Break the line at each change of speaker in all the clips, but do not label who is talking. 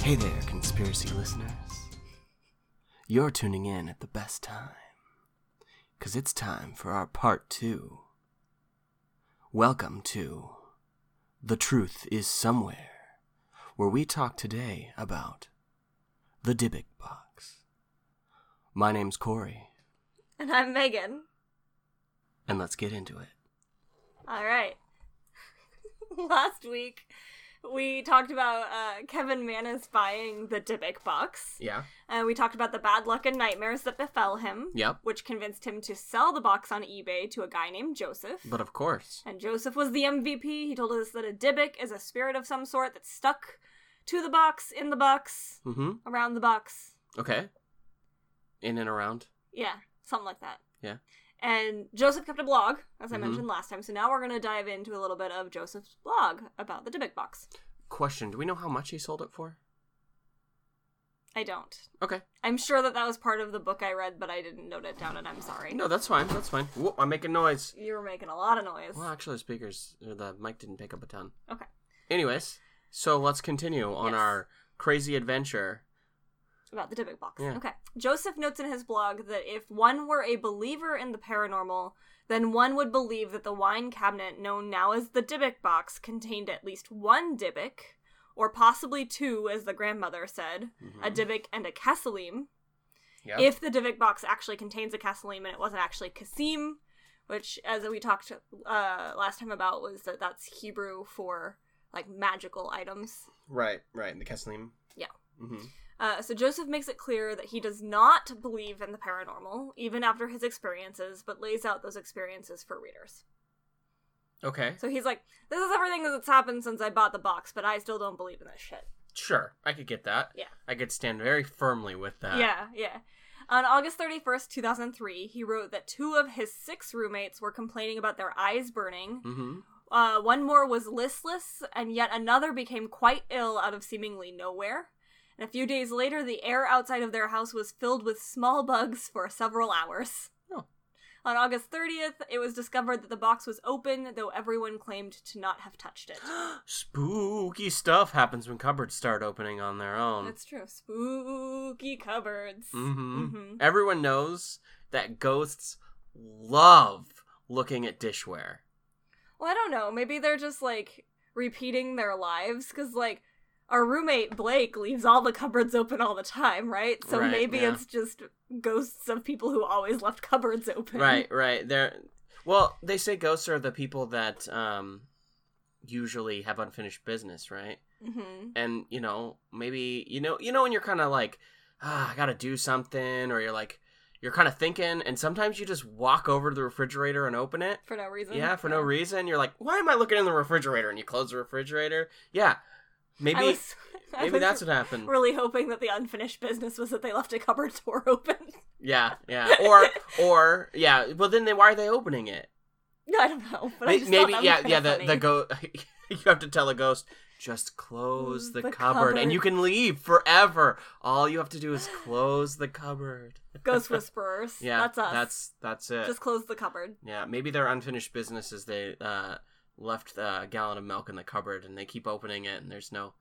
Hey there, conspiracy listeners. You're tuning in at the best time. Because it's time for our part two. Welcome to The Truth is Somewhere, where we talk today about the Dybbuk box. My name's Corey,
And I'm Megan.
and let's get into it.
All right. Last week, we talked about uh, Kevin Manis buying the Dybbuk box.
Yeah.
And we talked about the bad luck and nightmares that befell him,
Yep.
which convinced him to sell the box on eBay to a guy named Joseph.
But of course.
and Joseph was the MVP. He told us that a Dybbuk is a spirit of some sort that's stuck to the box, in the box,
Mm hmm.
around the box.
Okay. In and around.
Yeah, something like that.
Yeah.
And Joseph kept a blog, as I
Mhm.
mentioned last time. So now we're going to dive into a little bit of Joseph's blog about the Dybbuk box.
Question Do we know how much he sold it for?
I don't.
Okay.
I'm sure that that was part of the book I read, but I didn't note it down, and I'm sorry.
No, that's fine. That's fine. Whoa, I'm making noise.
You were making a lot of noise.
Well, actually, the speakers, or the mic didn't pick up a ton.
Okay.
Anyways, so let's continue on
Yes.
our crazy adventure.
About the Dybbuk box.
Yeah.
Okay. Joseph notes in his blog that if one were a believer in the paranormal, then one would believe that the wine cabinet known now as the Dybbuk box contained at least one Dybbuk, or possibly two, as the grandmother said, a
Mm-hmm.
Dybbuk and a Kesselim,
Yeah.
if the Divic box actually contains a Castellim and it wasn't actually Kasim, which, as we talked uh, last time about, was that that's Hebrew for like magical items.
right, right. The Kesselim.
Yeah.
Mm-hmm.
Uh, so Joseph makes it clear that he does not believe in the paranormal, even after his experiences, but lays out those experiences for readers.
Okay.
So he's like, "This is everything that's happened since I bought the box, but I still don't believe in this shit."
Sure, I could get that.
Yeah.
I could stand very firmly with that.
Yeah, yeah. On August 31st, 2003, he wrote that two of his six roommates were complaining about their eyes burning.
Mm-hmm.
Uh, one more was listless, and yet another became quite ill out of seemingly nowhere. And a few days later, the air outside of their house was filled with small bugs for several hours.
Oh.
On August 30th, it was discovered that the box was open, though everyone claimed to not have touched it.
Spooky stuff happens when cupboards start opening on their own.
That's true. Spooky cupboards.
Mm-hmm.
Mhm.
Everyone knows that ghosts love looking at dishware.
Well, I don't know. Maybe they're just like repeating their lives because, like, our roommate Blake leaves all the cupboards open all the time, right? So
Right,
maybe
yeah.
it's just ghosts of people who always left cupboards open.
Right, right. They're well, they say ghosts are the people that um usually have unfinished business, right?
hmm
And you know, maybe you know, you know when you're kind of like, ah, I got to do something or you're like you're kind of thinking and sometimes you just walk over to the refrigerator and open it.
For no reason.
Yeah, for no reason. You're like, "Why am I looking in the refrigerator?" and you close the refrigerator. Yeah. Maybe
I was, I
maybe
was
that's what happened.
really hoping that the unfinished business was that they left a cupboard door open.
Yeah, yeah. Or or yeah, well then they why are they opening it?
no, I don't know. But I
May-
just
maybe
thought
yeah
that was
yeah
kinda
the, the
funny.
go you have to tell a ghost just close the,
Mm, The
cupboard, and
cupboard.
you can leave forever all you have to do is close the cupboard
ghost whisperers.
yeah
that's us.
that's uh, that's it
just close the cupboard.
yeah maybe their unfinished business is they uh left a gallon of milk in the cupboard and they keep opening it and there's no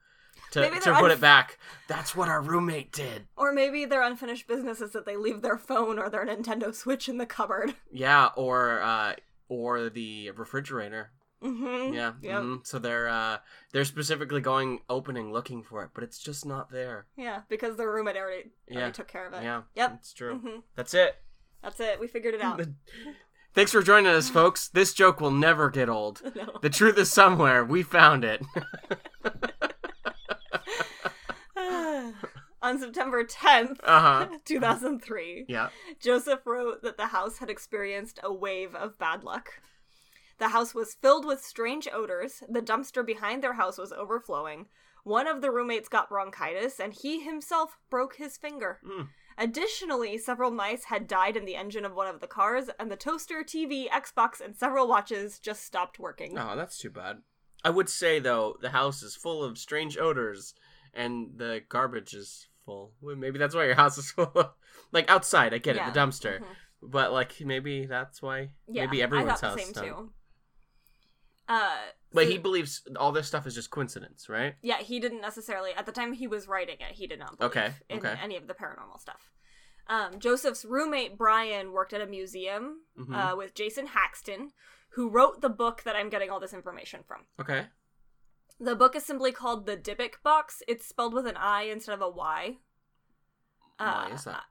to,
Maybe
to
they're
put
unf-
it back that's what our roommate did
Or maybe their unfinished business is that they leave their phone or their Nintendo Switch in the cupboard.
yeah or uh or the refrigerator
Mm-hmm.
yeah
Yep.
mhm. so they're uh they're specifically going opening looking for it but it's just not there
Yeah, because the roommate already, already
Yeah.
took care of it.
Yeah.
Yep.
That's true.
hmm
That's it.
That's it. We figured it out.
Thanks for joining us, folks. This joke will never get old.
no.
The truth is somewhere. We found it.
On September 10th,
Uh huh.
2003,
Yeah.
Joseph wrote that the house had experienced a wave of bad luck. The house was filled with strange odors. The dumpster behind their house was overflowing. One of the roommates got bronchitis, and he himself broke his finger.
Mm.
Additionally, several mice had died in the engine of one of the cars, and the toaster, TV, Xbox, and several watches just stopped working.
Oh, that's too bad. I would say though, the house is full of strange odors, and the garbage is full. Well, maybe that's why your house is full. of... Like outside, I get
Yeah.
it, the dumpster.
Mhm.
But like, maybe that's why.
Yeah,
maybe everyone's
I
house.
thought the same
done.
too. Uh,
But he believes all this stuff is just coincidence, right?
Yeah, he didn't necessarily at the time he was writing it. He did not believe
Okay,
in
okay.
any of the paranormal stuff. Um, Joseph's roommate Brian worked at a museum
Mhm.
uh, with Jason Haxton, who wrote the book that I'm getting all this information from.
Okay.
The book is simply called the Dybbuk Box. It's spelled with an I instead of a Y. uh,
Why is that?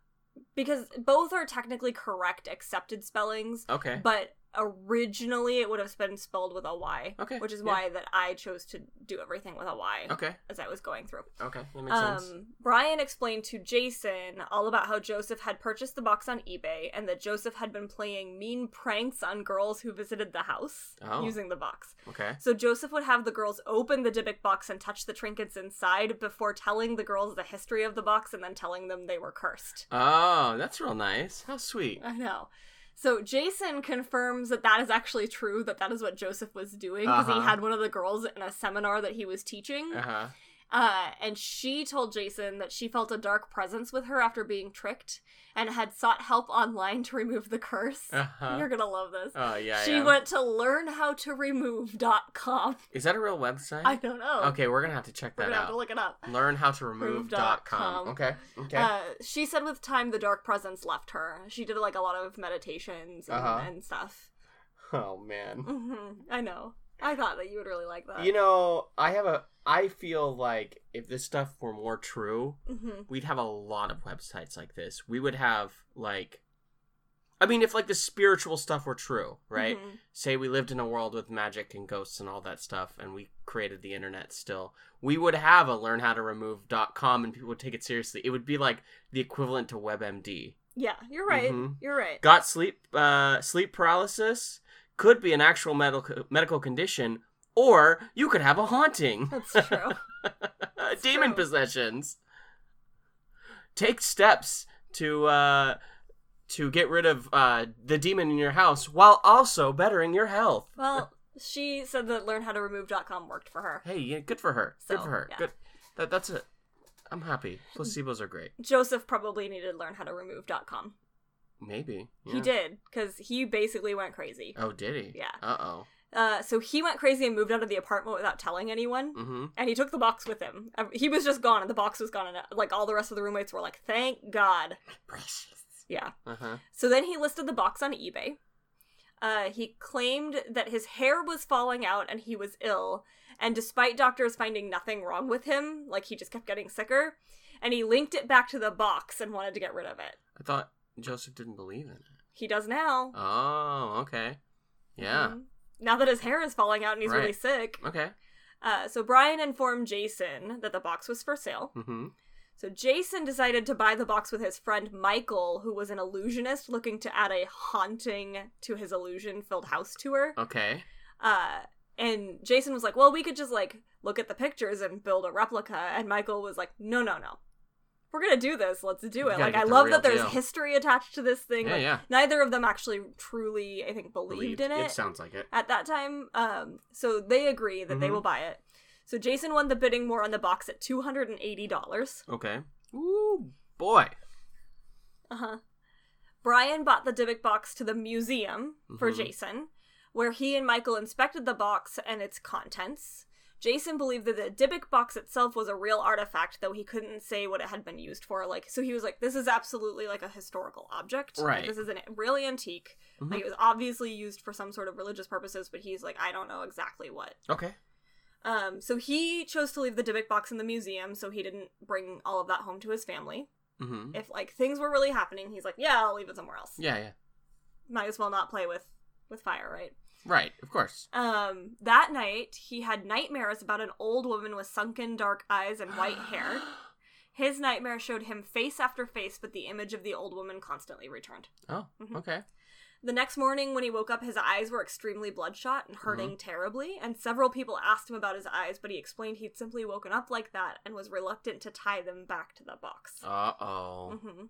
Because both are technically correct accepted spellings,
Okay.
but originally it would have been spelled with a Y.
Okay,
Which is
yeah. Oh.
why that I chose to do everything with a Y
okay.
as I was going through.
Okay. That makes sense.
Um, Brian explained to Jason all about how Joseph had purchased the box on eBay and that Joseph had been playing mean pranks on girls who visited the house
Oh.
using the box.
Okay.
So Joseph would have the girls open the Dybbuk box and touch the trinkets inside before telling the girls the history of the box and then telling them they were cursed.
Oh, that's real nice. How sweet.
I know. So Jason confirms that that is actually true, that that is what Joseph was doing because
Uh-huh.
he had one of the girls in a seminar that he was teaching.
Uh huh.
Uh, and she told Jason that she felt a dark presence with her after being tricked and had sought help online to remove the curse.
Uh huh.
You're gonna love this.
Oh yeah. I
she
am.
went to learnhowtoremove.com.
Is that a real website?
I don't know.
Okay, we're gonna have to check
We're
that
gonna have to
out.
look it up.
Learn how to remove.com.
remove.com.
Okay. Okay.
Uh, she said with time the dark presence left her. She did like a lot of meditations and,
Uh-huh.
and stuff.
oh man.
hmm I know. I thought that you would really like that.
You know, I have a. I feel like if this stuff were more true,
Mhm.
we'd have a lot of websites like this. We would have like, I mean, if like the spiritual stuff were true, right?
Mhm.
Say we lived in a world with magic and ghosts and all that stuff, and we created the internet. Still, we would have a learnhowtoremove.com, and people would take it seriously. It would be like the equivalent to WebMD.
Yeah, you're right.
Mhm.
You're right.
Got sleep uh, sleep paralysis could be an actual medical medical condition, or you could have a haunting.
That's true.
demon
true.
possessions. Take steps to uh, to get rid of uh, the demon in your house while also bettering your health.
well, she said that learnhowtoremove.com worked for her.
Hey, yeah, good for her. good
So,
for her.
yeah.
Good. That, that's it. I'm happy. Placebos are great.
Joseph probably needed learnhowtoremove.com.
Maybe
He
yeah.
did, because he basically went crazy.
Oh, did he?
Yeah.
Uh oh.
Uh, so he went crazy and moved out of the apartment without telling anyone.
Mm-hmm.
and he took the box with him. Uh, He was just gone, and the box was gone, and uh, like all the rest of the roommates were like, "Thank God."
Precious.
Yeah.
Uh huh.
So then he listed the box on eBay. Uh, he claimed that his hair was falling out and he was ill, and despite doctors finding nothing wrong with him, like he just kept getting sicker, and he linked it back to the box and wanted to get rid of it.
I thought Joseph didn't believe in it.
He does now.
Oh, okay. Yeah.
Mhm. Now that his hair is falling out and he's
Right.
really sick.
Okay.
Uh, so Brian informed Jason that the box was for sale.
Mm-hmm.
So Jason decided to buy the box with his friend Michael, who was an illusionist looking to add a haunting to his illusion filled house tour.
Okay.
Uh, and Jason was like, well, we could just like look at the pictures and build a replica. And Michael was like, no, no, no. We're going to do this. Let's do
We
it.
gotta
Like,
get
I
the
love
real
that there's
deal.
history attached to this thing.
Yeah,
like,
yeah.
Neither of them actually truly, I think, believed, in it
sounds like it.
at that time. Um, so they agree that they
Mhm.
will buy it. So Jason won the bidding war on the box at $280.
Okay. Ooh, boy.
Uh huh. Brian bought the Dybbuk box to the museum for
Mhm.
Jason, where he and Michael inspected the box and its contents. Jason believed that the Dybbuk box itself was a real artifact, though he couldn't say what it had been used for. Like, so he was like, "This is absolutely like a historical object. Like,
Right.
this is an really antique.
Mhm.
Like, it was obviously used for some sort of religious purposes, but he's like, I don't know exactly what."
Okay.
Um, so he chose to leave the Dybbuk box in the museum, so he didn't bring all of that home to his family
Mm-hmm.
if like things were really happening he's like yeah i'll leave it somewhere else
Yeah, yeah.
might as well not play with with fire right
Right, of course.
um that night he had nightmares about an old woman with sunken dark eyes and white hair his nightmare showed him face after face but the image of the old woman constantly returned
Oh,
Mhm.
okay.
the next morning when he woke up his eyes were extremely bloodshot and hurting terribly and several people asked him about his eyes but he explained he'd simply woken up like that and was reluctant to tie them back to the box
Uh oh.
hmm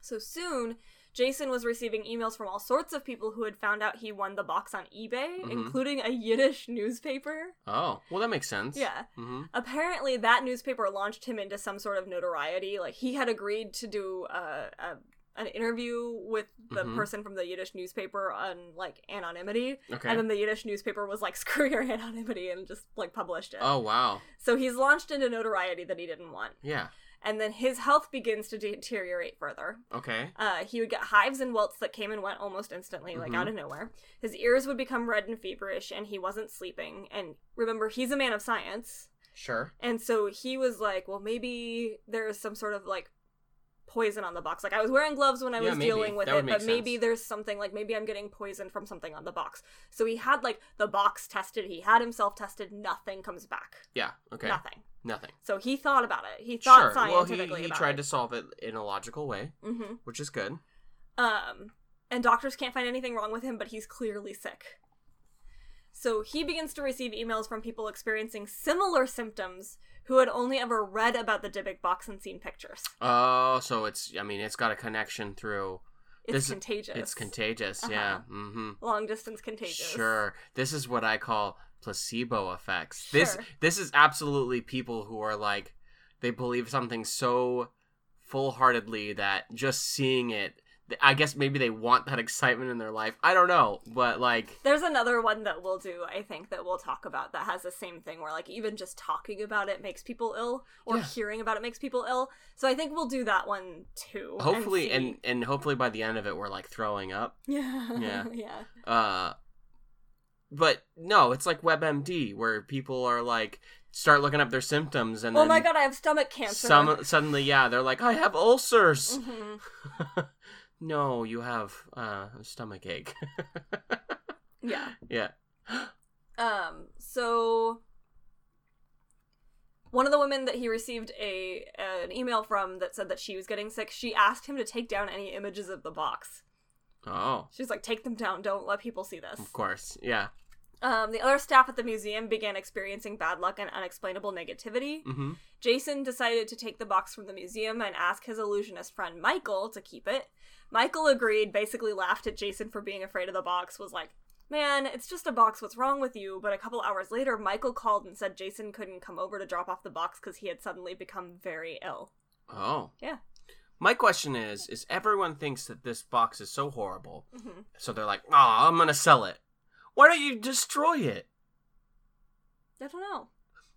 So soon, Jason was receiving emails from all sorts of people who had found out he won the box on eBay,
Mhm.
including a Yiddish newspaper.
Oh, well, that makes sense.
Yeah.
Mm-hmm.
Apparently, that newspaper launched him into some sort of notoriety. Like, he had agreed to do uh, a, a, an interview with the
Mhm.
person from the Yiddish newspaper on like anonymity,
Okay.
and then the Yiddish newspaper was like, "Screw your anonymity," and just like published it.
oh wow.
So he's launched into notoriety that he didn't want,
Yeah.
and then his health begins to deteriorate further.
Okay.
Uh, he would get hives and welts that came and went almost instantly, like
Mhm.
out of nowhere. His ears would become red and feverish, and he wasn't sleeping. And remember, he's a man of science.
Sure.
And so he was like, well, maybe there's some sort of like poison on the box. Like I was wearing gloves when I
Yeah,
was
maybe.
dealing with
That would
it,
make
but maybe
sense.
there's something like maybe I'm getting poisoned from something on the box. So he had like the box tested, he had himself tested, nothing comes back.
Yeah. Okay.
Nothing.
Nothing.
So he thought about it. He thought
sure. Well,
scientifically
he, he
about
tried
it.
to solve it in a logical way,
Mm-hmm.
which is good.
Um, and doctors can't find anything wrong with him, but he's clearly sick. So he begins to receive emails from people experiencing similar symptoms who had only ever read about the Dybbuk box and seen pictures.
Oh, so it's. I mean, it's got a connection through.
It's
This-
contagious.
It's contagious. Yeah. Mm-hmm.
Long distance Uh-huh. contagious.
Sure. This is what I call placebo effects. This
Sure.
this is absolutely people who are like they believe something so full-heartedly that just seeing it I guess maybe they want that excitement in their life. I don't know, but like
There's another one that we'll do, I think, that we'll talk about that has the same thing where, like, even just talking about it makes people ill or
Yeah.
hearing about it makes people ill. So I think we'll do that one too.
hopefully
see.
and, and hopefully by the end of it we're like throwing up.
Yeah.
Yeah.
yeah.
Uh but no, it's like WebMD where people are like start looking up their symptoms and
Oh
then
my god, I have stomach cancer.
some suddenly yeah, they're like I have ulcers.
Mhm.
no, you have uh, a stomach ache.
Yeah.
yeah.
Um. So one of the women that he received a an email from that said that she was getting sick, she asked him to take down any images of the box.
Oh,
She's like, "Take them down. Don't let people see this."
of course. Yeah.
Um, the other staff at the museum began experiencing bad luck and unexplainable negativity.
Mm-hmm.
Jason decided to take the box from the museum and ask his illusionist friend Michael to keep it. Michael agreed, basically laughed at Jason for being afraid of the box, was like, Man, it's just a box, what's wrong with you? But a couple hours later, Michael called and said Jason couldn't come over to drop off the box because he had suddenly become very ill.
Oh.
Yeah.
My question is: Is everyone thinks that this box is so horrible,
hmm
so they're like, "Oh, I'm gonna sell it." Why don't you destroy it?
I don't know.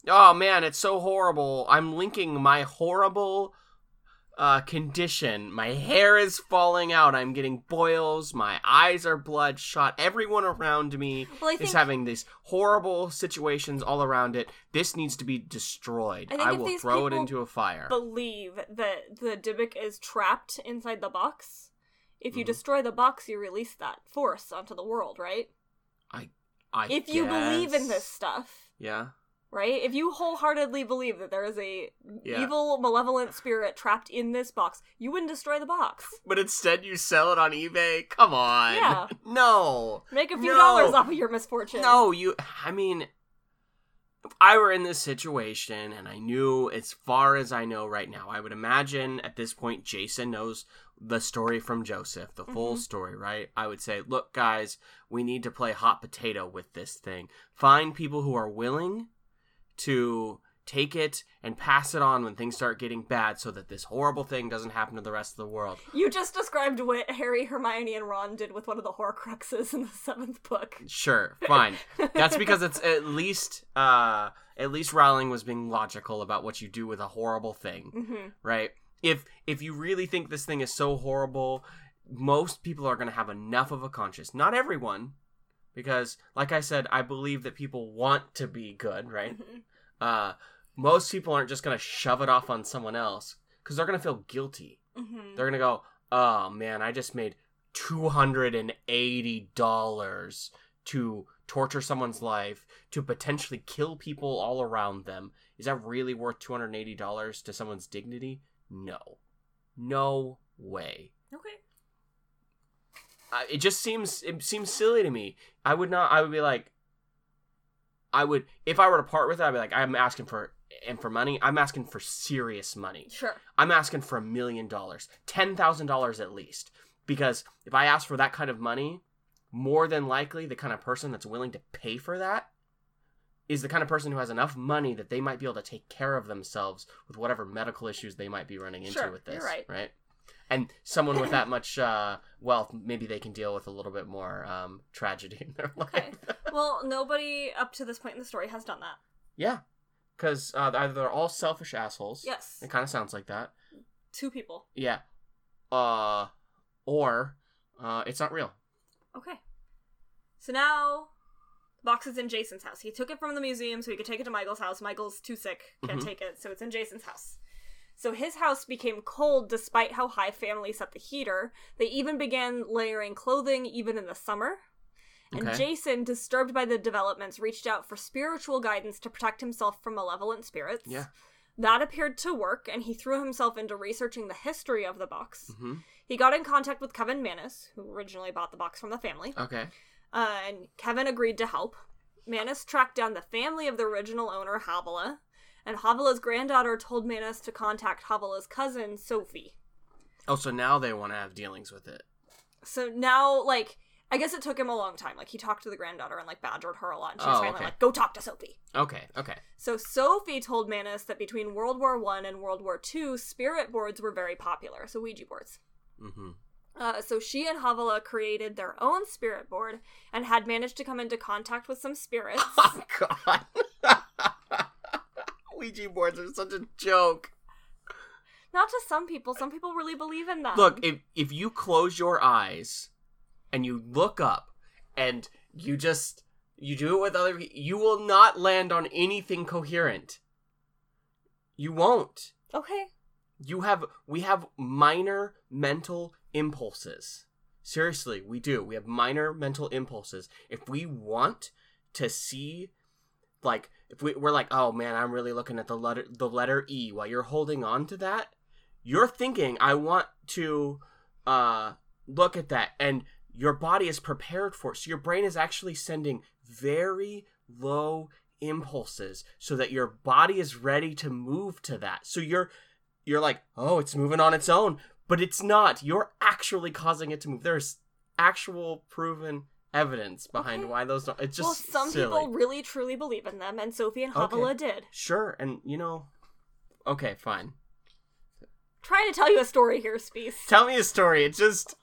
Oh man, it's so horrible. I'm linking my horrible uh, condition. My hair is falling out. I'm getting boils. My eyes are bloodshot. Everyone around me
Well, I
is
think,
having these horrible situations all around it. This needs to be destroyed.
I
I,
think if
will
these
throw it
people
into a fire.
believe that the Dybbuk is trapped inside the box. If you
Mhm.
destroy the box, you release that force onto the world, right?
I
if you believe in this
guess.
stuff.
yeah,
right? If you wholeheartedly believe that there is a
Yeah.
evil, malevolent spirit trapped in this box, you wouldn't destroy the box.
but instead you sell it on eBay. Come on,
Yeah.
no,
Make a few
No.
dollars off of your misfortune.
no, you. I mean, if I were in this situation and I knew as far as I know right now, I would imagine at this point Jason knows the story from Joseph, the full
Mhm.
story, right? I would say, look, guys, we need to play hot potato with this thing. Find people who are willing to take it and pass it on when things start getting bad so that this horrible thing doesn't happen to the rest of the world.
You just described what Harry, Hermione, and Ron did with one of the Horcruxes in the seventh book.
Sure, fine. That's because it's at least uh at least Rowling was being logical about what you do with a horrible thing,
Mhm.
right? If if you really think this thing is so horrible, most people are going to have enough of a conscience. Not everyone, because like I said, I believe that people want to be good, right?
Mhm.
Uh most people aren't just going to shove it off on someone else cuz they're going to feel guilty.
Mhm.
They're going to go, "Oh man, I just made $280 to torture someone's life, to potentially kill people all around them. Is that really worth $280 to someone's dignity? No. No way.
Okay.
I it just seems it seems silly to me. I would not I would be like I would if I were to part with it, I'd be like I'm asking for and for money, I'm asking for serious money.
Sure.
I'm asking for a million dollars, ten thousand dollars at least, because if I ask for that kind of money, more than likely the kind of person that's willing to pay for that is the kind of person who has enough money that they might be able to take care of themselves with whatever medical issues they might be running into
Sure,
with
you're
this.
right.
and someone with that much uh, wealth, maybe they can deal with a little bit more um, tragedy in their life.
Okay. Well, nobody up to this point in the story has done that.
Yeah, because uh, either they're all selfish assholes.
Yes.
It kind of sounds like that.
Two people.
Yeah. Uh, or uh, it's not real.
Okay. So now the box is in Jason's house. He took it from the museum so he could take it to Michael's house. Michael's too sick, can't
Mhm.
take it, so it's in Jason's house. So his house became cold despite how high family set the heater. They even began layering clothing even in the summer. And
Okay.
Jason, disturbed by the developments, reached out for spiritual guidance to protect himself from malevolent spirits.
Yeah.
That appeared to work, and he threw himself into researching the history of the box.
Mm-hmm.
He got in contact with Kevin Manis, who originally bought the box from the family,
Okay.
uh, and Kevin agreed to help. Manis tracked down the family of the original owner, Havila, and Havila's granddaughter told Manis to contact Havila's cousin, Sophie.
Oh, so now they want to have dealings with it.
So now, like, I guess it took him a long time. Like, he talked to the granddaughter and, like, badgered her a lot, and she was
Oh,
finally
okay.
like, go talk to Sophie.
Okay. Okay.
So Sophie told Manus that between World War One and World War Two, spirit boards were very popular, so Ouija boards.
Mm-hmm.
Uh, so she and Havila created their own spirit board and had managed to come into contact with some spirits.
Oh God. Ouija boards are such a joke.
Not to some people, some people really believe in them.
Look, if if you close your eyes and you look up and you just you do it with other pe- you will not land on anything coherent. You won't.
okay,
You have we have minor mental impulses. Seriously, we do. We have minor mental impulses. If we want to see like if we, we're like, "Oh man, I'm really looking at the letter the letter E." While you're holding on to that, you're thinking, "I want to uh look at that." And your body is prepared for it. So your brain is actually sending very low impulses so that your body is ready to move to that. So you're you're like, oh, it's moving on its own, but it's not. You're actually causing it to move. There's actual proven evidence behind
Okay.
why those. Don't, it's just
well, some
silly.
people really truly believe in them, and Sophie and
Okay.
Havila did.
Sure, and you know, okay, fine.
Trying to tell you a story here, Speece.
Tell me a story. It just,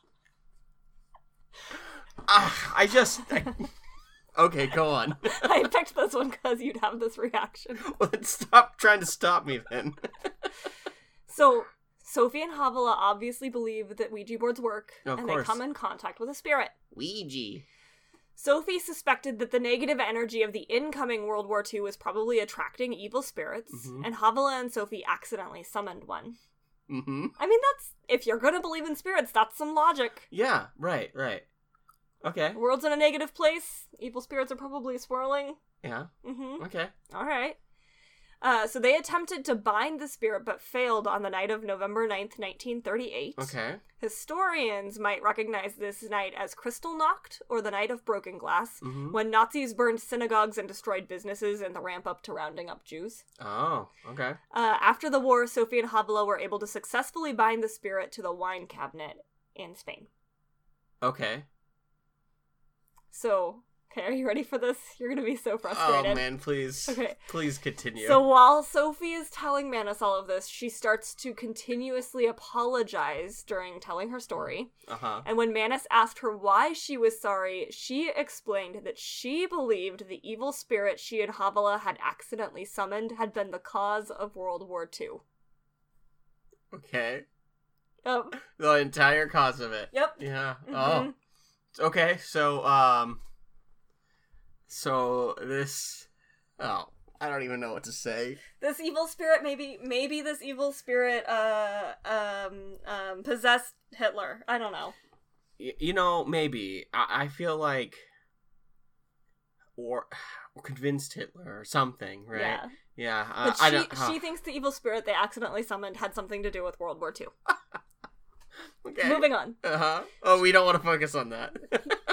Ah, I just. I- okay, go on.
I picked this one because you'd have this reaction.
well, then stop trying to stop me then.
So Sophie and Havila obviously believe that Ouija boards work,
Of
and
course.
they come in contact with a spirit.
Ouija.
Sophie suspected that the negative energy of the incoming World War II was probably attracting evil spirits,
Mhm.
and Havila and Sophie accidentally summoned one.
Mm-hmm.
I mean, that's if you're gonna believe in spirits, that's some logic.
Yeah. Right. Right. Okay.
The world's in a negative place. Evil spirits are probably swirling.
Yeah.
Mm-hmm.
Okay.
All right. Uh, so they attempted to bind the spirit, but failed on the night of November 9th, 1938.
Okay.
Historians might recognize this night as Kristallnacht or the Night of Broken Glass,
Mm-hmm.
when Nazis burned synagogues and destroyed businesses in the ramp up to rounding up Jews.
Oh. Okay.
Uh, after the war, Sophie and Havila were able to successfully bind the spirit to the wine cabinet in Spain.
Okay.
So, okay, are you ready for this? You're gonna be so frustrated.
Oh man, please,
Okay.
please continue.
So while Sophie is telling Manus all of this, she starts to continuously apologize during telling her story.
uh huh.
And when Manus asked her why she was sorry, she explained that she believed the evil spirit she and Havila had accidentally summoned had been the cause of World War II.
Okay.
Um,
The entire cause of it.
yep.
Yeah.
Mhm.
Oh. Okay. So um. So this. Oh, I don't even know what to say.
This evil spirit maybe maybe this evil spirit uh um um possessed Hitler. I don't know.
Y- you know, maybe I, I feel like, or, or convinced Hitler or something, right?
Yeah.
Yeah. uh,
But she
I don't. huh.
she thinks the evil spirit they accidentally summoned had something to do with World War II.
okay.
Moving on.
Uh huh. Oh, we don't want to focus on that.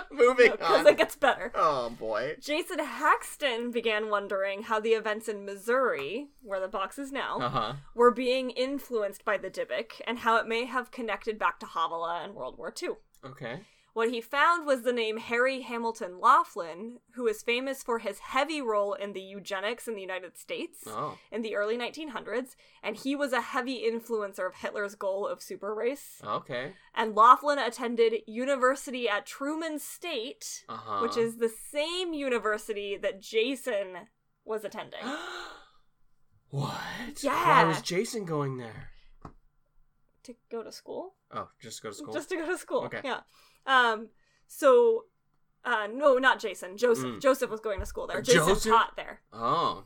Moving
Because
on.
it gets better.
Oh boy.
Jason Haxton began wondering how the events in Missouri, where the box is now,
Uh huh.
were being influenced by the Dybbuk and how it may have connected back to Havila and World War II.
Okay.
What he found was the name Harry Hamilton Laughlin, who is famous for his heavy role in the eugenics in the United States
Oh.
in the early 1900s, and he was a heavy influencer of Hitler's goal of super race.
Okay.
And Laughlin attended university at Truman State,
Uh huh.
which is the same university that Jason was attending.
what? Why
Yeah.
was Jason going there?
to go to school?
Oh, just go to school.
Just to go to school.
Okay.
Yeah. Um, so, uh, no, not Jason. Joseph.
Mm.
Joseph was going to school there. Jason
Joseph?
taught there.
Oh.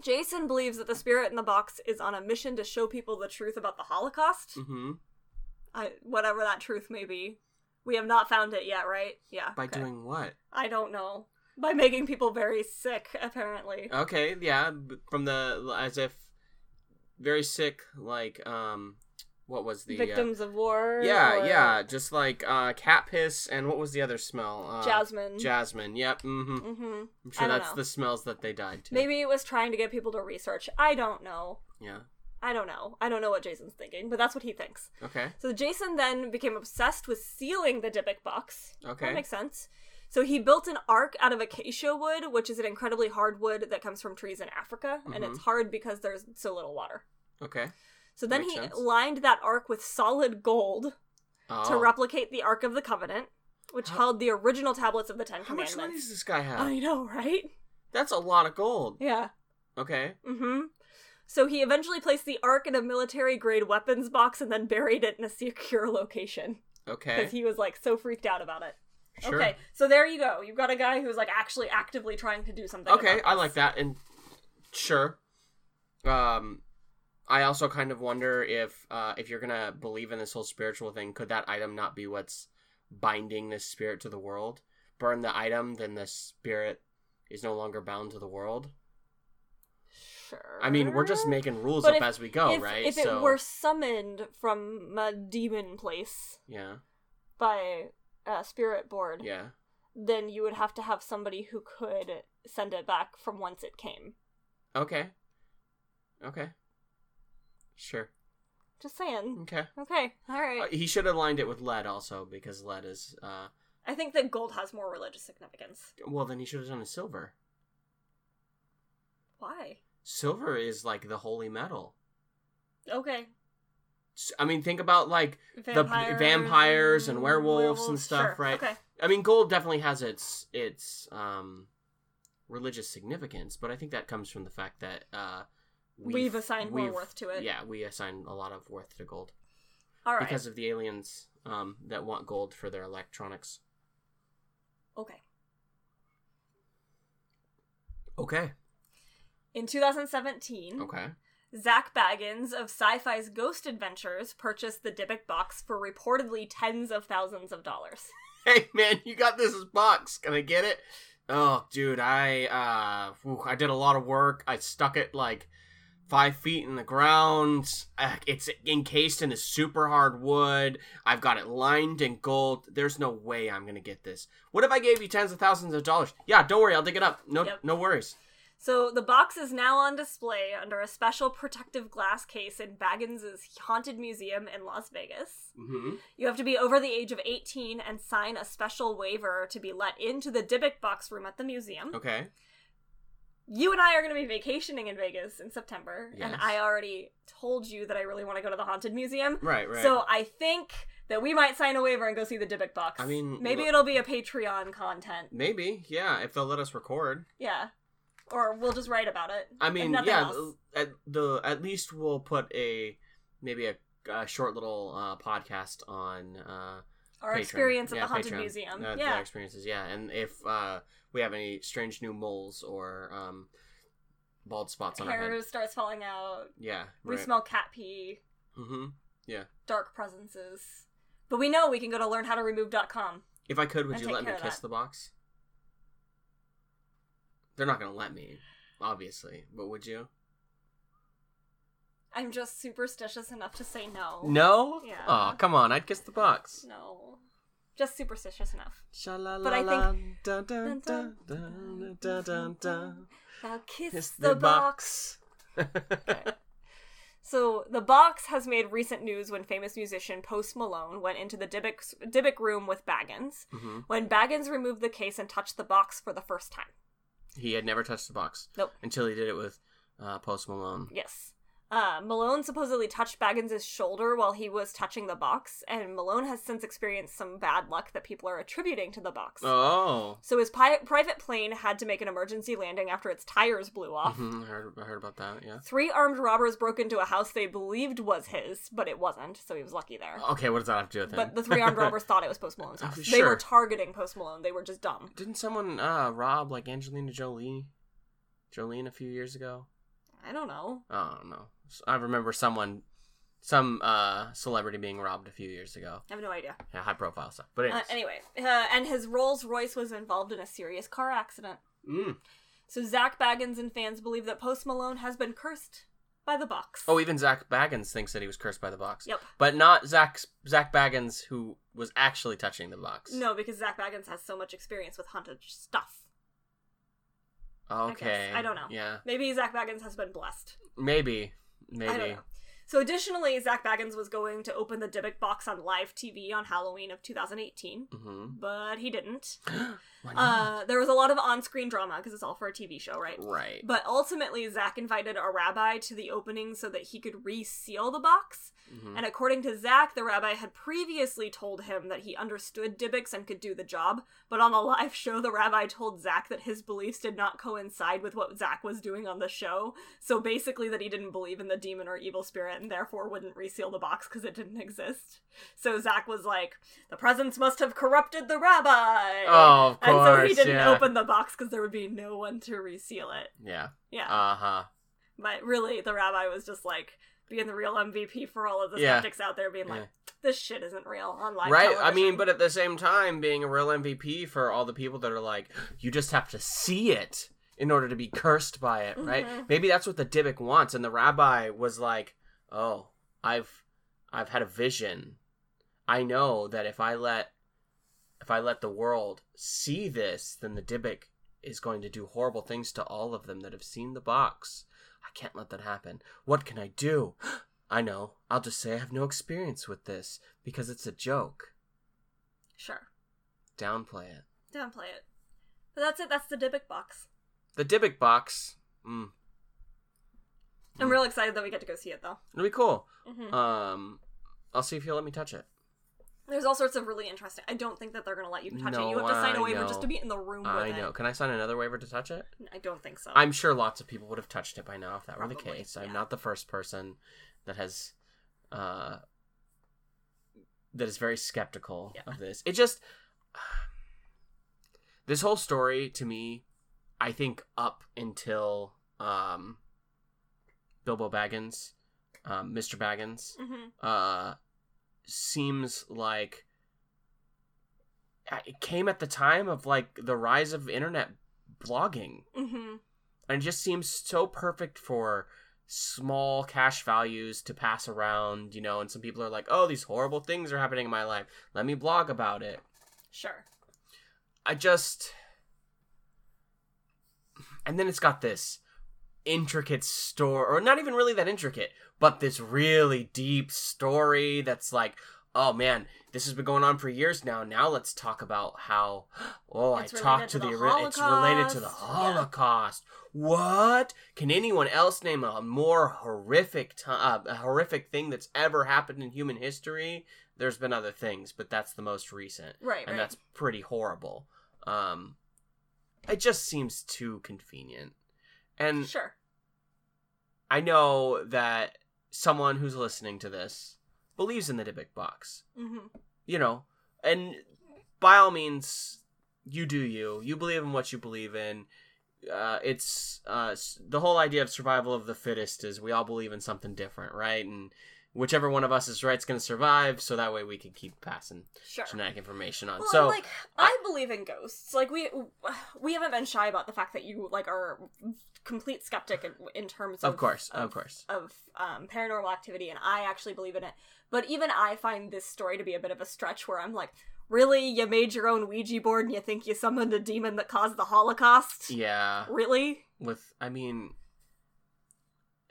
Jason believes that the spirit in the box is on a mission to show people the truth about the Holocaust.
Mm-hmm.
I, whatever that truth may be. We have not found it yet, right? Yeah.
By
okay.
doing what?
I don't know. By making people very sick, apparently.
Okay, yeah, b- from the as if very sick, like um, what was the uh,
Victims of war.
yeah,
or
yeah, just like uh, cat piss and what was the other smell? Uh,
Jasmine.
Jasmine. Yep. Mm-hmm.
hmm
I'm
I
sure
don't
that's
know.
the smells that they died to.
Maybe it was trying to get people to research. I don't know.
Yeah.
I don't know. I don't know what Jason's thinking, but that's what he thinks.
Okay.
So Jason then became obsessed with sealing the Dybbuk box.
Okay.
That makes sense. So he built an ark out of acacia wood, which is an incredibly hard wood that comes from trees in Africa, and it's
Mm-hmm.
hard because there's so little water.
Okay.
So then
Makes
he
sense.
lined that ark with solid gold
Oh.
to replicate the Ark of the Covenant, which
How-
held the original tablets of the Ten
How much money
Commandments.
does this guy have?
I know, right?
That's a lot of gold.
Yeah.
Okay.
Mm-hmm. So he eventually placed the Ark in a military-grade weapons box and then buried it in a secure location
Okay.
because he was like so freaked out about it.
Sure.
Okay, so there you go. You've got a guy who's like actually actively trying to do something.
Okay,
about
I
this.
like that, and sure. Um, I also kind of wonder if, uh, if you're gonna believe in this whole spiritual thing, could that item not be what's binding this spirit to the world? Burn the item, then the spirit is no longer bound to the world.
Sure.
I mean, we're just making rules
But
up
if-
as we go,
if,
right?
If it were summoned from a demon place
yeah,
by a spirit board,
yeah.
then you would have to have somebody who could send it back from whence it came.
Okay. Okay. Sure.
Just saying.
Okay.
Okay, all right.
Uh, he should have lined it with lead also because lead is uh
I think that gold has more religious significance.
well then he should have done a silver.
Why?
silver is like the holy metal.
Okay.
S- I mean, think about like the b- vampires and werewolves, and stuff,
sure,
right?
Okay.
I mean, gold definitely has its its um, religious significance, but I think that comes from the fact that uh,
We've assigned more
we've-
worth to it.
Yeah, we assign a lot of worth to gold
All right.
because of the aliens um, that want gold for their electronics.
Okay.
Okay.
In 2017,
Okay.
Zach Baggins of Sci-Fi's Ghost Adventures purchased the Dybbuk box for reportedly tens of thousands of dollars.
Hey man, you got this box. Can I get it? Oh, dude, I uh, whew, I did a lot of work. I stuck it like five feet in the ground. Uh, It's encased in this super hard wood. I've got it lined in gold. There's no way I'm gonna get this. What if I gave you tens of thousands of dollars? Yeah, don't worry, I'll dig it up. No,
Yep.
no worries.
So the box is now on display under a special protective glass case in Baggins' haunted museum in Las Vegas.
Mm-hmm.
You have to be over the age of 18 and sign a special waiver to be let into the Dybbuk box room at the museum.
Okay.
You and I are going to be vacationing in Vegas in September, and
Yes.
I already told you that I really want to go to the haunted museum.
Right. Right.
So I think that we might sign a waiver and go see the Dybbuk box.
I mean,
maybe
look-
it'll be a Patreon content.
maybe yeah, if they'll let us record.
Yeah. Or we'll just write about it.
I
if
mean,
nothing
yeah,
else.
at the at least we'll put a maybe a, a short little uh, podcast on uh,
Our
Patreon.
experience at
Yeah,
the haunted
Patreon.
museum.
Uh,
yeah.
their experiences, yeah, and if uh, we have any strange new moles or um, bald spots on our
Hair
head,
starts falling out.
yeah,
We smell cat pee.
hmm
Dark presences. But we know we can go to learnhowtoremove.com.
If I could, would
I'll
you
take
let me
care of
kiss
that.
the box? They're not gonna let me, obviously, but would you?
I'm just superstitious enough to say no.
No.
Yeah.
Oh, come on! I'd kiss the box.
No. Just superstitious enough.
But
But I
Dun, dun, dun, dun, dun, dun, dun.
Now kiss,
Kiss
the,
the
box.
box.
So the box has made recent news when famous musician Post Malone went into the Dybbuk, Dybbuk room with Baggins.
Mhm.
When Baggins removed the case and touched the box for the first time.
He had never touched the box.
Nope.
Until he did it with uh, Post Malone.
Yes. Uh, Malone supposedly touched Baggins' shoulder while he was touching the box, and Malone has since experienced some bad luck that people are attributing to the box.
Oh.
So his pi- private plane had to make an emergency landing after its tires blew off.
Mhm, I, heard, I heard about that, yeah.
Three armed robbers broke into a house they believed was his, but it wasn't, so he was lucky there.
Oh, Okay, what does that have to do with it?
But the three armed robbers thought it was Post Malone's house. They
Sure.
were targeting Post Malone. They were just dumb.
Didn't someone uh, rob, like, Angelina Jolie? Jolene a few years ago?
I don't know.
I don't know. S- I remember someone, some uh, celebrity being robbed a few years ago.
I have no idea.
Yeah, high profile stuff. But
Uh,
anyways.
anyway, uh, and his Rolls Royce was involved in a serious car accident.
Mm.
So Zach Baggins and fans believe that Post Malone has been cursed by the box.
Oh, even Zach Baggins thinks that he was cursed by the box.
Yep.
But not Zach Zach Baggins, who was actually touching the box.
No, because Zach Baggins has so much experience with haunted stuff.
Okay.
I don't know.
Yeah.
Maybe Zach Baggins has been blessed.
Maybe. Maybe.
I don't know. So additionally, Zach Baggins was going to open the Dybbuk box on live TV on Halloween of 2018,
Mm-hmm.
but he didn't.
Why not?
Uh, there was a lot of on-screen drama because it's all for a TV show, right?
right.
But ultimately, Zach invited a rabbi to the opening so that he could reseal the box.
Mhm.
And according to Zach, the rabbi had previously told him that he understood Dybbuk's and could do the job, but on a live show, the rabbi told Zach that his beliefs did not coincide with what Zach was doing on the show. So basically, that he didn't believe in the demon or evil spirit and therefore wouldn't reseal the box because it didn't exist. So Zach was like, the presence must have corrupted the rabbi.
Oh, of
and
course.
so he didn't
yeah.
open the box because there would be no one to reseal it.
Yeah.
Yeah.
Uh huh.
But really, the rabbi was just like being the real MVP for all of the
Yeah.
skeptics out there, being like,
Yeah.
"This shit isn't real on live."
Right. I
television."
mean, but at the same time, being a real MVP for all the people that are like, you just have to see it in order to be cursed by it, right?
Mhm.
Maybe that's what the Dybbuk wants. And the rabbi was like, oh, I've, I've had a vision. I know that if I let, if I let the world see this, then the Dybbuk is going to do horrible things to all of them that have seen the box. I can't let that happen. What can I do? I know. I'll just say I have no experience with this because it's a joke.
sure,
Downplay it.
downplay it. But that's it. That's the Dybbuk box.
The Dybbuk box. Mm.
I'm real excited that we get to go see it, though.
It'll be cool.
Mhm.
Um, I'll see if you'll let me touch it.
There's all sorts of really interesting. I don't think that they're gonna let you touch it. You
No,
have to sign
I
a waiver
know.
just to be in the room with
I
it.
know. Can I sign another waiver to touch it?
I don't think so.
I'm sure lots of people would have touched it by now if that were the
Oh. Probably,
case.
yeah.
I'm not the first person that has uh that is very skeptical
Yeah.
of this. It just this whole story to me, I think up until um Bilbo Baggins, um, Mr. Baggins,
hmm
uh seems like it came at the time of like the rise of internet blogging
hmm
and it just seems so perfect for small cash values to pass around you know and some people are like oh these horrible things are happening in my life let me blog about it
Sure.
i just and then it's got this intricate story or not even really that intricate but this really deep story that's like oh man this has been going on for years now now let's talk about how oh
It's
i
related
talked
to
to,
the
the, ori- it's related to the
Holocaust. Yeah.
holocaust what can anyone else name a more horrific to- uh, a horrific thing that's ever happened in human history there's been other things but that's the most recent
Right.
and
right.
that's pretty horrible. Um, it just seems too convenient, and
sure.
I know that someone who's listening to this believes in the Dybbuk box,
hmm
you know, and by all means, you do you. You believe in what you believe in. Uh, it's uh, s- the whole idea of survival of the fittest is we all believe in something different, right? And whichever one of us is right's going to survive, so that way we can keep passing
Sure.
genetic information on.
Well,
so uh,
and, like I believe in ghosts. Like we we haven't been shy about the fact that you like are a complete skeptic in, in terms of
Of course, of course.
of um, paranormal activity, and I actually believe in it. But even I find this story to be a bit of a stretch, where I'm like, really, you made your own Ouija board, and you think you summoned a demon that caused the Holocaust?
Yeah,
Really?
with I mean,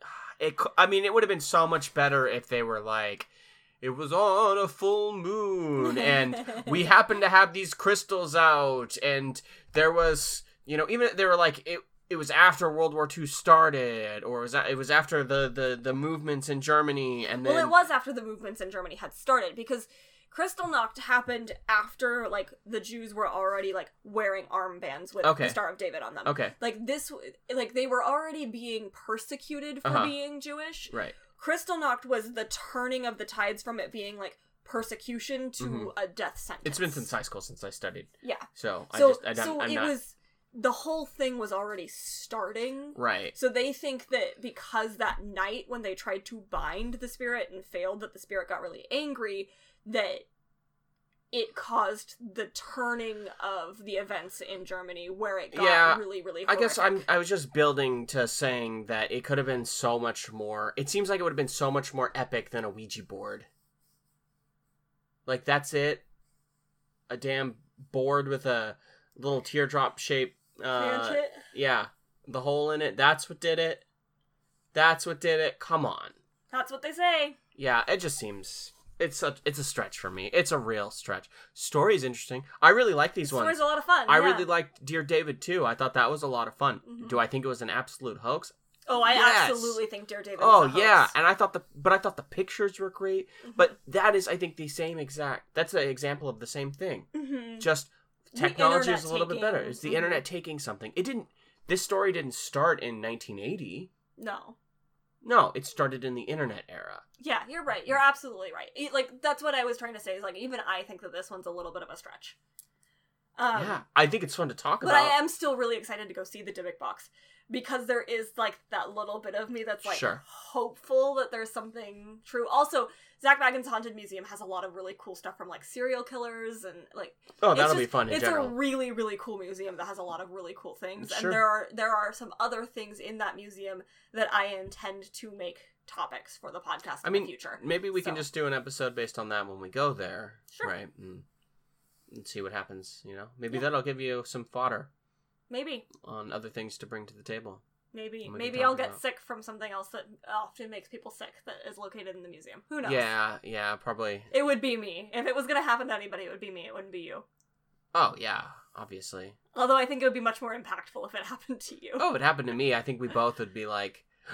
It, cou- I mean, it would have been so much better if they were like, it was on a full moon, and we happened to have these crystals out, and there was, you know, even if they were like, it, it was after World War II started, or it was, a- it was after the, the, the movements in Germany, and then
Well, it was after the movements in Germany had started because Kristallnacht happened after like the Jews were already like wearing armbands with
Okay.
the Star of David on them.
okay,
Like this, like they were already being persecuted for
Uh-huh.
being Jewish.
right,
Kristallnacht was the turning of the tides from it being like persecution to
Mhm.
a death sentence.
it's been since high school since I studied,
Yeah.
so, I
so
just, I don't,
so
I'm
it
not
was the whole thing was already starting.
right.
So they think that because that night when they tried to bind the spirit and failed, that the spirit got really angry, that it caused the turning of the events in Germany where it got
Yeah,
really, really
I guess
horrific.
I'm. I was just building to saying that it could have been so much more. It seems like it would have been so much more epic than a Ouija board. Like that's it. A damn board with a little teardrop shape. Uh,
Fidget.
yeah, the hole in it. That's what did it. That's what did it. Come on.
That's what they say.
Yeah, it just seems it's a it's a stretch for me. It's a real stretch. Story's interesting. I really like these
This
ones.
story's a lot of fun.
I
yeah.
really liked Dear David too. I thought that was a lot of fun.
Mhm.
Do I think it was an absolute hoax?
Oh, I
Yes.
absolutely think Dare David.
oh
is a
yeah,
hoax. Mm-hmm.
and I thought the but I thought the pictures were great. But that is I think the same exact. That's an example of the same thing.
Mhm.
Just
The
technology
internet
is a little bit
taking-
better. It's the
mhm.
internet taking something. It didn't. This story didn't start in 1980.
no.
No, it started in the internet era.
Yeah, you're right. You're absolutely right. E- Like that's what I was trying to say. Is like even I think that this one's a little bit of a stretch. Um,
yeah, I think it's fun to talk
But
about.
I am still really excited to go see the Dybbuk box because there is like that little bit of me that's like
Sure.
hopeful that there's something true. Also, Zach Baggins Haunted Museum has a lot of really cool stuff from like serial killers and like
oh,
it's
that'll
just-
be fun in
it's
general.
a really really cool museum that has a lot of really cool things
Sure.
and there are there are some other things in that museum that I intend to make topics for the podcast in
I mean,
the future.
Maybe we can
So-
just do an episode based on that when we go there,
Sure.
right? And, and see what happens. You know, maybe
Yeah.
that'll give you some fodder
Maybe
on other things to bring to the table.
Maybe
we can
maybe
talk
I'll get
about.
sick from something else that often makes people sick that is located in the museum. Who knows?
Yeah, yeah, probably.
It would be me. If it was gonna happen to anybody, it would be me. It wouldn't be you.
Oh yeah, obviously.
Although I think it would be much more impactful if it happened to you.
Oh, if it happened to me. I think we both would be like,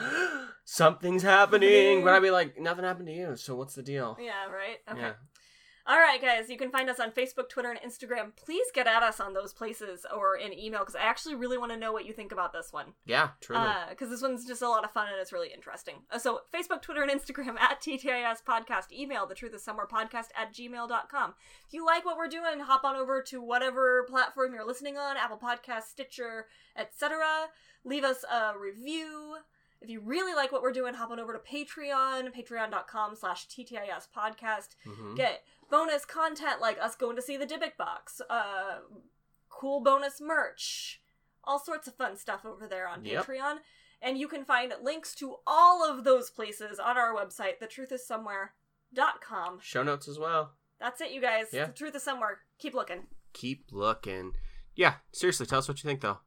something's happening. But I'd be like, nothing happened to you. So what's the deal?
Yeah, right? Okay.
Yeah.
All right, guys, you can find us on Facebook, Twitter, and Instagram. Please get at us on those places or in email because I actually really want to know what you think about this one.
Yeah, truly.
because this one's just a lot of fun and it's really interesting. Uh, so Facebook, Twitter, and Instagram at TTIS Podcast. Email the truth is somewhere podcast at gmail.com. If you like what we're doing, hop on over to whatever platform you're listening on, Apple Podcasts, Stitcher, etc. Leave us a review. If you really like what we're doing, hop on over to Patreon, patreon.com slash TTIS podcast
Mhm.
get bonus content like us going to see the Dybbuk box, uh, cool bonus merch, all sorts of fun stuff over there on
Yep.
Patreon. And you can find links to all of those places on our website, thetruthissomewhere.com.
Show notes as well.
That's it, you guys.
Yeah.
The truth is somewhere. Keep looking.
Keep looking. Yeah, seriously, tell us what you think though.